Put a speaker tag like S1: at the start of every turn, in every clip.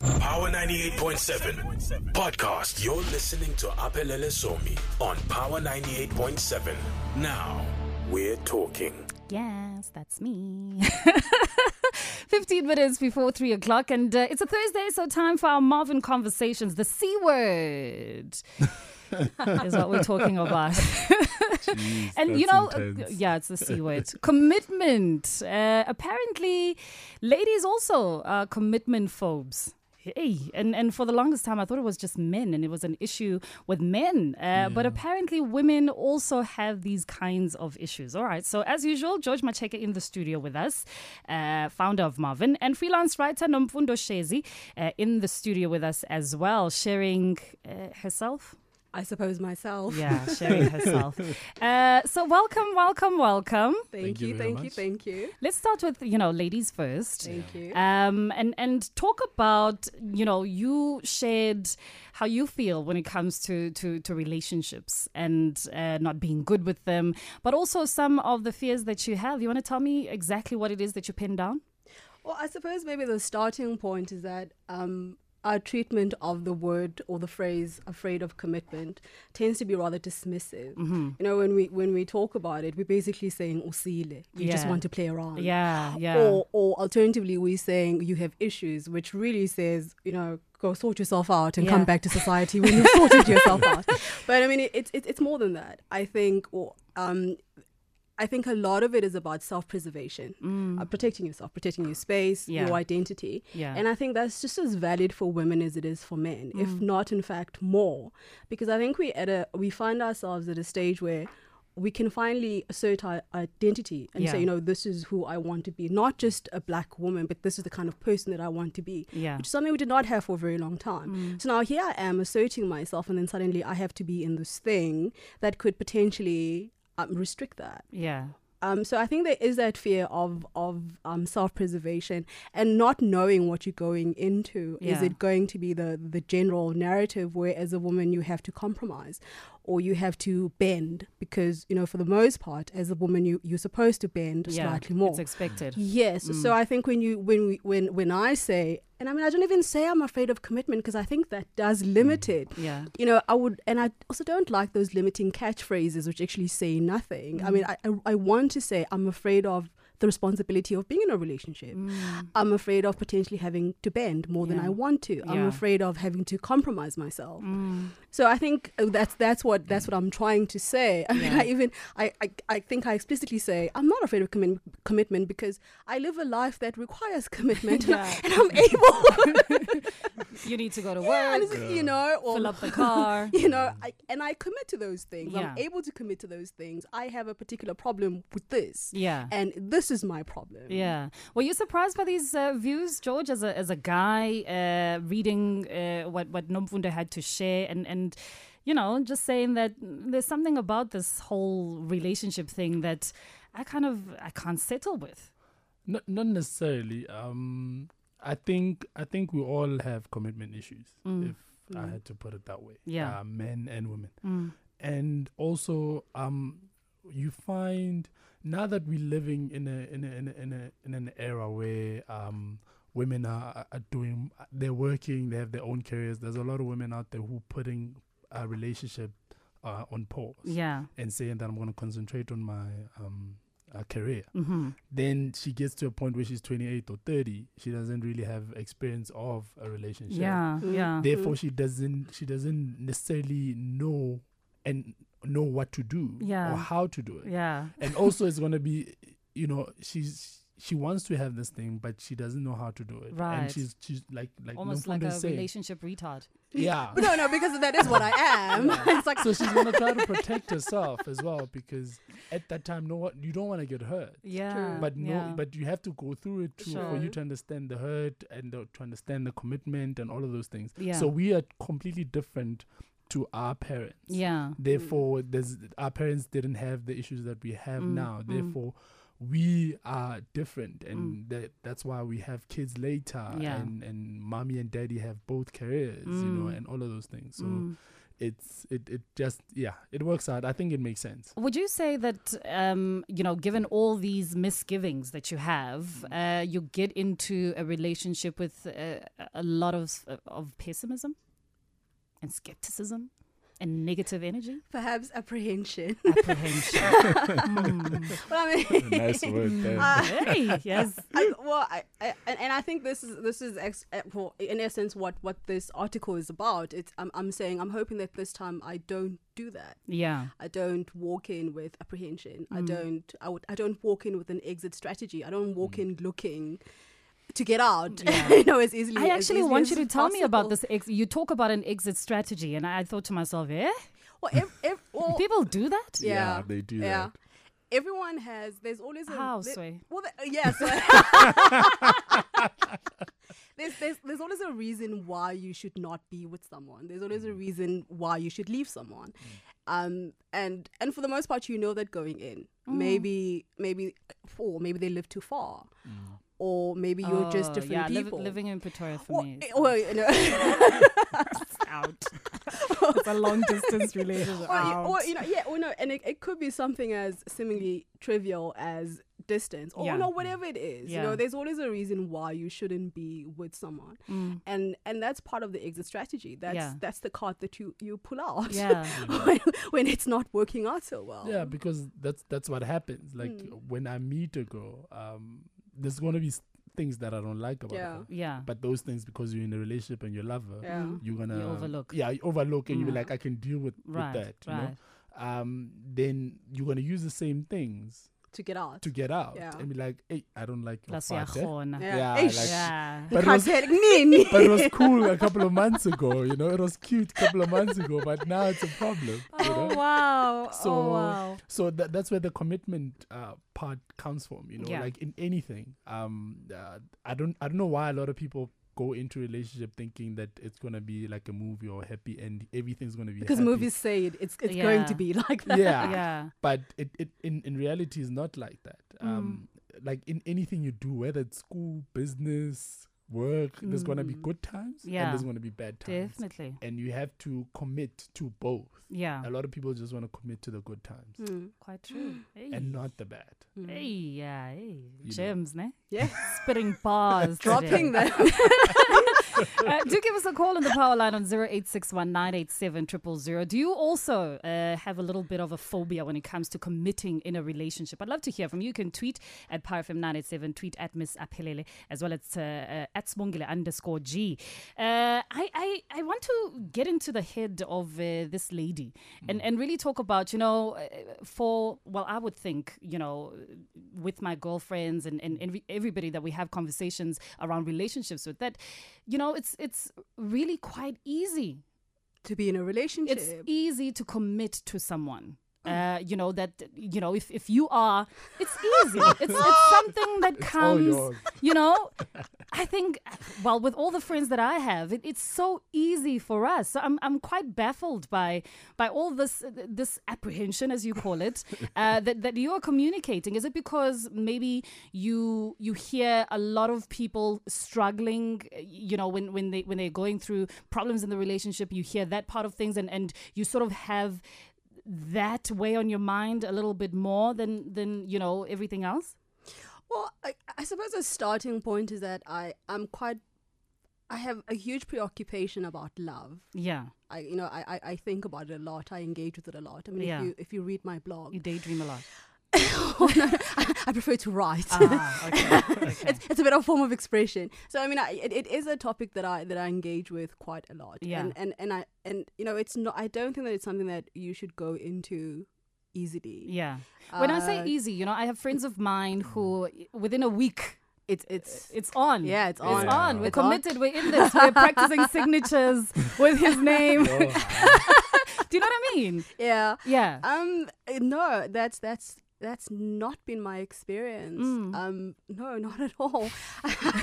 S1: Power 98.7 podcast. You're listening to Apelele Somi on Power 98.7. Now, we're talking.
S2: Yes, that's me. 15 minutes before 3 o'clock, and uh, it's a Thursday, so time for our Marvin Conversations. The C word is what we're talking about. and you know, uh,
S3: that's intense.
S2: yeah, it's the C word. commitment. Uh, apparently, ladies also are commitment phobes. Hey, and, and for the longest time, I thought it was just men and it was an issue with men. Uh, But apparently, women also have these kinds of issues. All right. So, as usual, George Macheka in the studio with us, uh, founder of Marvin, and freelance writer Nomfundo Shezi uh, in the studio with us as well, sharing uh, herself.
S4: I suppose myself.
S2: Yeah, sharing herself. Uh, so welcome, welcome, welcome.
S4: Thank, you, thank you, thank you.
S2: Let's start with you know ladies first.
S4: Thank you.
S2: Um, and and talk about you know you shared how you feel when it comes to to, to relationships and uh, not being good with them, but also some of the fears that you have. You want to tell me exactly what it is that you pinned down?
S4: Well, I suppose maybe the starting point is that um, our treatment of the word or the phrase "afraid of commitment" tends to be rather dismissive.
S2: Mm-hmm.
S4: You know, when we when we talk about it, we're basically saying "usile," you just
S2: Yeah.
S4: want to play around.
S2: Yeah, yeah.
S4: Mm. Or, or alternatively, we're saying you have issues, which really says, you know, go sort yourself out and
S2: Yeah.
S4: come back to society when you've sorted yourself out. But I mean, it, it's- it's it's more than that. I think, or, um, I think a lot of it is about self preservation, uh, protecting yourself, protecting your space,
S2: Mm. Yeah.
S4: your identity.
S2: Yeah.
S4: And I think that's just as valid for women as it is for men, if
S2: Mm.
S4: not, in fact, more. Because I think we at a we find ourselves at a stage where we can finally assert our identity and
S2: Yeah.
S4: say, you know, this is who I want to be. Not just a black woman, but this is the kind of person that I want to be.
S2: Yeah. Mm.
S4: Which is something we did not have for a very long time. So now here I am asserting myself, and then suddenly I have to be in this thing that could potentially um, restrict that.
S2: Yeah,
S4: Um, so I think there is that fear of of um, self preservation and not knowing what you're going into. Is
S2: Yeah.
S4: it going to be the the general narrative where as a woman you have to compromise, or you have to bend because you know for the most part as a woman you you're supposed to bend
S2: yeah.
S4: slightly more.
S2: It's Mm. expected.
S4: Yes. So I think when you when we, when when I say, and I mean I don't even say I'm afraid of commitment because I think that does limit it.
S2: Yeah.
S4: You know, I would, and I also don't like those limiting catchphrases which actually say nothing. I mean,
S2: Mm.
S4: I, I I want to say I'm afraid of the responsibility of being in a relationship. I'm afraid of potentially having to bend more than
S2: Mm. Yeah.
S4: I want to. I'm
S2: Yeah. Mm.
S4: afraid of having to compromise myself. So I think uh, that's that's what that's what I'm trying to say. I mean, I even I, I I think I explicitly say I'm not afraid of commi- commitment because I live a life that requires commitment,
S2: Yeah.
S4: and I'm able,
S2: You need to go to work,
S4: and it's, you know, or,
S2: fill up the car.
S4: you know, I, and I commit to those things. I'm
S2: Mm. Yeah.
S4: able to commit to those things. I have a particular problem with this,
S2: Yeah.
S4: and this is my problem.
S2: Yeah. Were you surprised by these uh, views, George, as a as a guy uh, reading uh, what what Nomfunda had to share, and and you know just saying that there's something about this whole relationship thing that I kind of I can't settle with.
S3: Not, not necessarily. Um, I think I think we all have commitment issues. If I had to put it that way,
S2: Mm. Yeah. Mm.
S3: uh, men and women, and also um, you find now that we're living in a in a in a in, a, in an era where um. Women are, are doing. They're working. They have their own careers. There's a lot of women out there who putting a relationship uh, on pause
S2: Yeah.
S3: and saying that I'm going to concentrate on my um, uh, career.
S2: Mm-hmm.
S3: Then she gets to a point where she's 28 or 30. She doesn't really have experience of a relationship.
S2: Yeah. Mm. Yeah.
S3: Therefore, she doesn't she doesn't necessarily know and know what to do
S2: Yeah.
S3: or how to do it.
S2: Yeah.
S3: And also, it's going to be, you know, she's she wants to have this thing, but she doesn't know how to do it.
S2: Right.
S3: And she's she's like like
S2: Almost like
S3: Nomfundo
S2: a
S3: is saying.
S2: relationship retard.
S3: Yeah.
S4: But no, no, because that is what I am. it's like
S3: so she's gonna try to protect herself as well because at that time, no, what you don't want to get hurt.
S2: Yeah.
S3: but no
S2: yeah.
S3: but you have to go through it too, for you
S2: Sure.
S3: to understand the hurt and the, to understand the commitment and all of those things
S2: Yeah.
S3: so we are completely different to our parents
S2: yeah. Mm.
S3: therefore there's our parents didn't have the issues that we have now therefore we are different and that that's why we have kids later
S2: Mm. Yeah. Mm.
S3: and and mommy and daddy have both careers you know and all of those things so it's it it just yeah it works out. I think it makes sense.
S2: Would you say that, um, you know, given all these misgivings that you have,
S3: Mm-hmm.
S2: uh, you get into a relationship with uh, a lot of, uh, of pessimism and skepticism and negative energy?
S4: Perhaps apprehension.
S2: Apprehension. Mm.
S4: well, I mean,
S5: nice
S4: Mm.
S5: word. There.
S2: hey, yes.
S4: I, well, I, I, and, and I think this is this is ex, eh, well, in essence what what this article is about. It's I'm I'm saying I'm hoping that this time I don't do that.
S2: Yeah.
S4: I don't walk in with apprehension.
S2: Mm.
S4: I don't I would I don't walk in with an exit strategy. I don't
S2: Mm.
S4: walk in looking to get out. you know, as easily.
S2: I
S4: as
S2: actually
S4: easily
S2: want
S4: as
S2: you to tell me about
S4: possible.
S2: this. Ex- you talk about an exit strategy, and I thought to myself, eh?
S4: Well, ev- ev- well,
S2: People do that?
S4: yeah,
S5: Yeah, they do that.
S4: Everyone has. There's always a
S2: How,
S4: there-
S2: Sway?
S4: Well, the, yes. there's, there's there's always a reason why you should not be with someone. There's always a
S2: Mm.
S4: reason why you should leave someone. Um, and and for the most part, you know that going in.
S2: Mm.
S4: Maybe maybe or maybe they live too far, or maybe you're just
S2: Mm. Oh,
S4: different
S2: yeah, liv-
S4: people.
S2: living in Pretoria for
S4: Well,
S2: me.
S4: eh, well, you know.
S2: It's out. it's a long distance relationship.
S4: or, you- or you know, yeah, or no, and it, it could be something as seemingly trivial as distance, or
S2: Yeah.
S4: no, whatever it is. You
S2: Yeah.
S4: know, there's always a reason why you shouldn't be with someone,
S2: Mm.
S4: and and that's part of the exit strategy. That's
S2: Yeah.
S4: that's the card that you you pull out.
S2: Yeah.
S4: when, when it's not working out so well.
S3: Yeah, because that's that's what happens. Like when I meet a girl, um, there's gonna be s- things that I don't like about
S4: Yeah.
S3: her.
S2: yeah.
S3: But those things, because you're in a relationship and you love her,
S4: Yeah. Mhm.
S3: you're gonna
S2: overlook.
S3: Yeah, you overlook, and you be like, I can deal with,
S2: Right,
S3: with that. You
S2: right.
S3: know? Um, then you're gonna use the same things
S4: to get out.
S3: to get out
S4: Yeah.
S3: and be like, Hey, I don't like your
S2: Plus, yeah,
S3: fart, eh?"
S2: khona.
S4: Yeah.
S3: Yeah,
S4: Eish.
S3: like-
S2: Yeah.
S3: But it was-
S4: Can't tell me.
S3: but it was cool a couple of months ago, you know. It was cute a couple of months ago, but now it's a problem. you know?
S2: Oh wow!
S3: So,
S2: oh wow!
S3: so that, that's where the commitment uh, part comes from. You know,
S2: Yeah.
S3: like in anything. Um, uh, I don't, I don't know why a lot of people go into relationship thinking that it's gonna be like a movie or happy end. Everything's gonna be
S4: because
S3: happy.
S4: movies say it, it's it's going
S2: Yeah.
S4: to be like that.
S3: Yeah,
S2: Yeah.
S3: But it, it in in reality is not like that.
S2: Mm.
S3: Um, like in anything you do, whether it's school, business, work, there's gonna be good times
S2: Mm. Yeah.
S3: and there's gonna be bad times.
S2: Definitely.
S3: And you have to commit to both.
S2: Yeah. Mm.
S3: A lot of people just want to commit to the good times
S2: Quite true. Hey. Mm.
S3: and not the bad.
S2: Hey, yeah, hey.
S3: know.
S2: Gems, ne?
S4: Yeah.
S2: Spitting bars.
S4: Dropping
S2: today.
S4: them.
S2: Uh, do give us a call on the power line on 0861987000. Do you also uh, have a little bit of a phobia when it comes to committing in a relationship? I'd love to hear from you. You can tweet at PowerFM987, tweet at Miss Apelele, as well as uh, uh, at Smongile underscore G. Uh, I, I, I want to get into the head of uh, this lady and, and really talk about, you know, uh, for, well, I would think, you know, with my girlfriends and, and every, everybody that we have conversations around relationships with, that, you know, it's, it's really quite easy
S4: to be in a relationship.
S2: it's easy to commit to someone. Uh, you know that you know if, if you are it's easy it's, it's something that
S3: all
S2: comes
S3: yours.
S2: you know i think well with all the friends that i have it, it's so easy for us so I'm, I'm quite baffled by by all this this apprehension as you call it uh, that, that you are communicating is it because maybe you you hear a lot of people struggling you know when when they when they're going through problems in the relationship you hear that part of things and and you sort of have that weigh on your mind a little bit more than than you know everything else
S4: Well, I, I suppose a starting point is that I I'm quite I have a huge preoccupation about love.
S2: yeah
S4: I you know I, I, I think about it a lot. I engage with it a lot. I mean,
S2: Yeah.
S4: if you if you read my blog,
S2: you daydream a lot
S4: I, I prefer to write.
S2: ah, okay, okay.
S4: it's, it's a bit of a form of expression. So I mean, I, it, it is a topic that I that I engage with quite a lot.
S2: Yeah.
S4: And, and and I and you know it's not. I don't think that it's something that you should go into easily.
S2: yeah when i say
S4: Uh,
S2: easy you know i have friends of mine who within a week
S4: It's it's
S2: it's on
S4: Yeah, it's
S2: it's
S4: on.
S2: on we're
S4: It's on.
S2: committed we're in this we're practicing signatures with his name
S3: Oh,
S2: do you know what i mean
S4: yeah.
S2: yeah
S4: Uh, Um, eh, no, that's that's that's not been my experience.
S2: Mm.
S4: Um, no, not at all.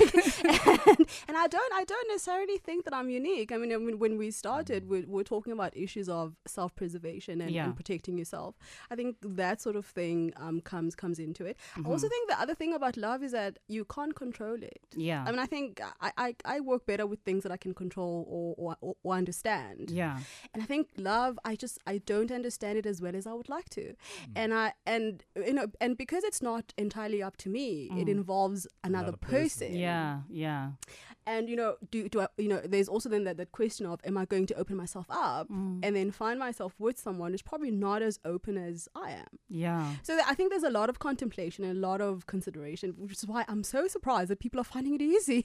S4: and, and I don't, I don't necessarily think that I'm unique. I mean, I mean when we started, we we're talking about issues of self-preservation and,
S2: Yeah.
S4: and protecting yourself. I think that sort of thing um, comes comes into it.
S2: Mm-hmm.
S4: I also think the other thing about love is that you can't control it.
S2: Yeah.
S4: I mean, I think I, I, I work better with things that I can control or, or, or- or understand.
S2: Yeah.
S4: And I think love, I just I don't understand it as well as I would like to, and I and you know and because it's not entirely up to me, it involves another,
S3: Another person.
S4: person.
S2: Yeah. Yeah.
S4: And you know, do do I, you know? There's also then that that question of am I going to open myself up
S2: Mm.
S4: and then find myself with someone who's probably not as open as I am.
S2: Yeah.
S4: So that- I think there's a lot of contemplation and a lot of consideration, which is why I'm so surprised that people are finding it easy.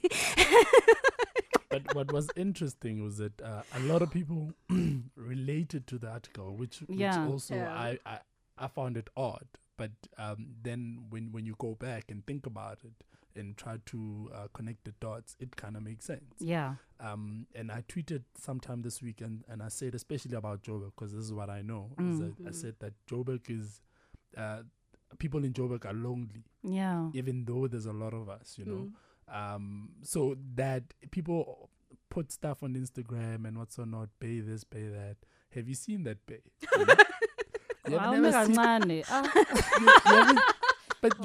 S3: but what was interesting was that uh, a lot of people related to the article, which, which
S2: Yeah.
S3: also
S4: Yeah.
S3: I, I I found it odd. But um, then when when you go back and think about it and try to uh, connect the dots, it kind of makes sense.
S2: Yeah.
S3: Um, and I tweeted sometime this week, and, and I said especially about Joburg because this is what I know. Is that I said that Joburg is uh, people in Joburg are lonely
S2: Yeah.
S3: even though there's a lot of us, you
S2: Mm.
S3: know. Um, so that people put stuff on Instagram and what's or not, pay this, pay that. Have you seen that pay? You know? You have
S2: Wow,
S3: never seen-
S2: Mngazane. Ah,
S3: you haven't- but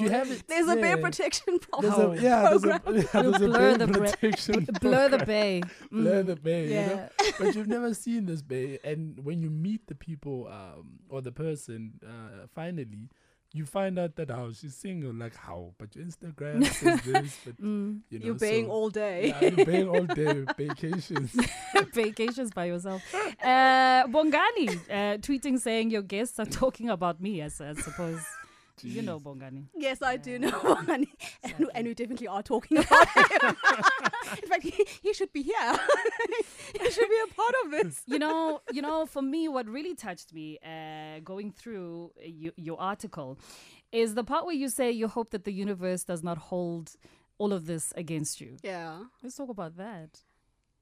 S3: you haven't.
S4: there's a Oh, bear
S3: yeah.
S4: protection problem.
S3: There's a, yeah, there's a, there's a
S2: Blur
S3: bear
S2: the bre-
S3: protection.
S2: Blur the bay. Mm.
S3: Blur the bay, you know?
S2: Yeah.
S3: but you've never seen this bay. And when you meet the people um, or the person, uh, finally, you find out that how she's single. Like how, but your Instagram says this, but
S2: Mm.
S3: you know,
S4: You're baying
S3: so-
S4: all day.
S3: Yeah, you're baying all day. vacations.
S2: Vacations by yourself. Uh, Bongani uh, tweeting saying your guests are talking about me, as I suppose. You know Bongani.
S4: Yes, I do know one. And, and we definitely are talking about him. In fact, he, he should be here. he should be a part of this.
S2: You know, you know. For me, what really touched me uh, going through uh, your, your article is the part where you say you hope that the universe does not hold all of this against you.
S4: Yeah.
S2: Let's talk about that.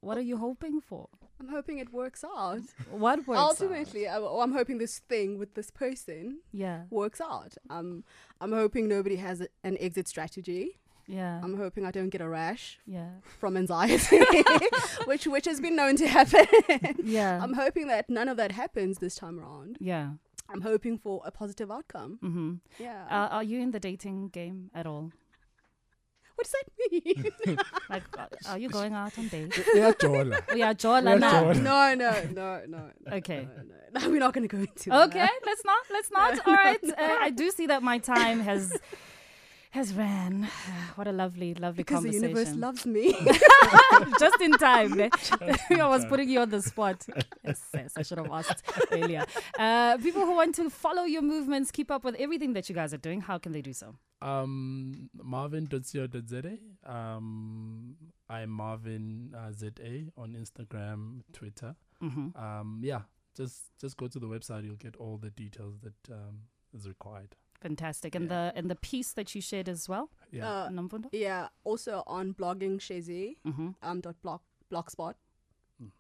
S2: What are you hoping for?
S4: I'm hoping it works out.
S2: What works out?
S4: Ultimately, I, well, I'm hoping this thing with this person
S2: Yeah,
S4: works out. Um, I'm hoping nobody has a- an exit strategy.
S2: yeah,
S4: I'm hoping I don't get a rash
S2: yeah,
S4: from anxiety, which which has been known to happen.
S2: yeah,
S4: I'm hoping that none of that happens this time around.
S2: yeah.
S4: I'm hoping for a positive outcome.
S2: Mm-hmm.
S4: Yeah.
S2: Uh, are you in the dating game at all?
S4: what does that mean?
S2: Like, uh, are you going out on dates?
S3: Yeah, Jola.
S2: We are Jola
S3: are
S2: now.
S3: Jola.
S4: no, no, no, no. no,
S2: Okay.
S4: No, no. We're not going to go into that.
S2: Okay, let's not. Let's not. All right. Uh, I do see that my time has has ran. What a lovely, lovely
S4: Because the
S2: conversation.
S4: universe loves me.
S2: just in time. eh? I was putting you on the spot. Yes, yes, I should have asked earlier. Uh, people who want to follow your movements, keep up with everything that you guys are doing, how can they do so?
S3: Um, Marvin.co.za. Um, I'm Marvin uh, ZA on Instagram, Twitter.
S2: Mm-hmm.
S3: Um, yeah, just just go to the website. You'll get all the details that um, is required.
S2: Fantastic. And the and the piece that you shared as well,
S3: Yeah.
S4: Uh,
S2: Nomfundo?
S4: yeah. Also on blogging Shazy,
S2: Mm-hmm,
S4: um, dot blog, blogspot.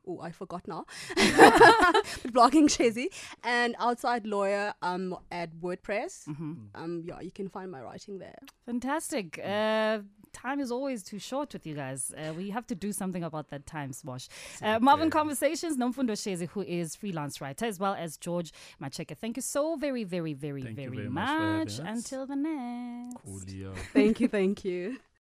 S4: Oh, I forgot now. but blogging Shazy and outside lawyer um at WordPress.
S2: Hmm. mm-hmm.
S4: Um, yeah, you can find my writing there.
S2: Fantastic.
S3: Mm.
S2: Uh, time is always too short with you guys. Uh, we have to do something about that time swash. Uh, Marvin Conversations, Nomfundo Shezi, who is freelance writer, as well as George Macheka. Thank you so very, very, very,
S3: Thank you
S2: very,
S3: very much for
S2: much.
S3: having us.
S2: Until the next.
S3: Coolio.
S4: Thank you, thank you.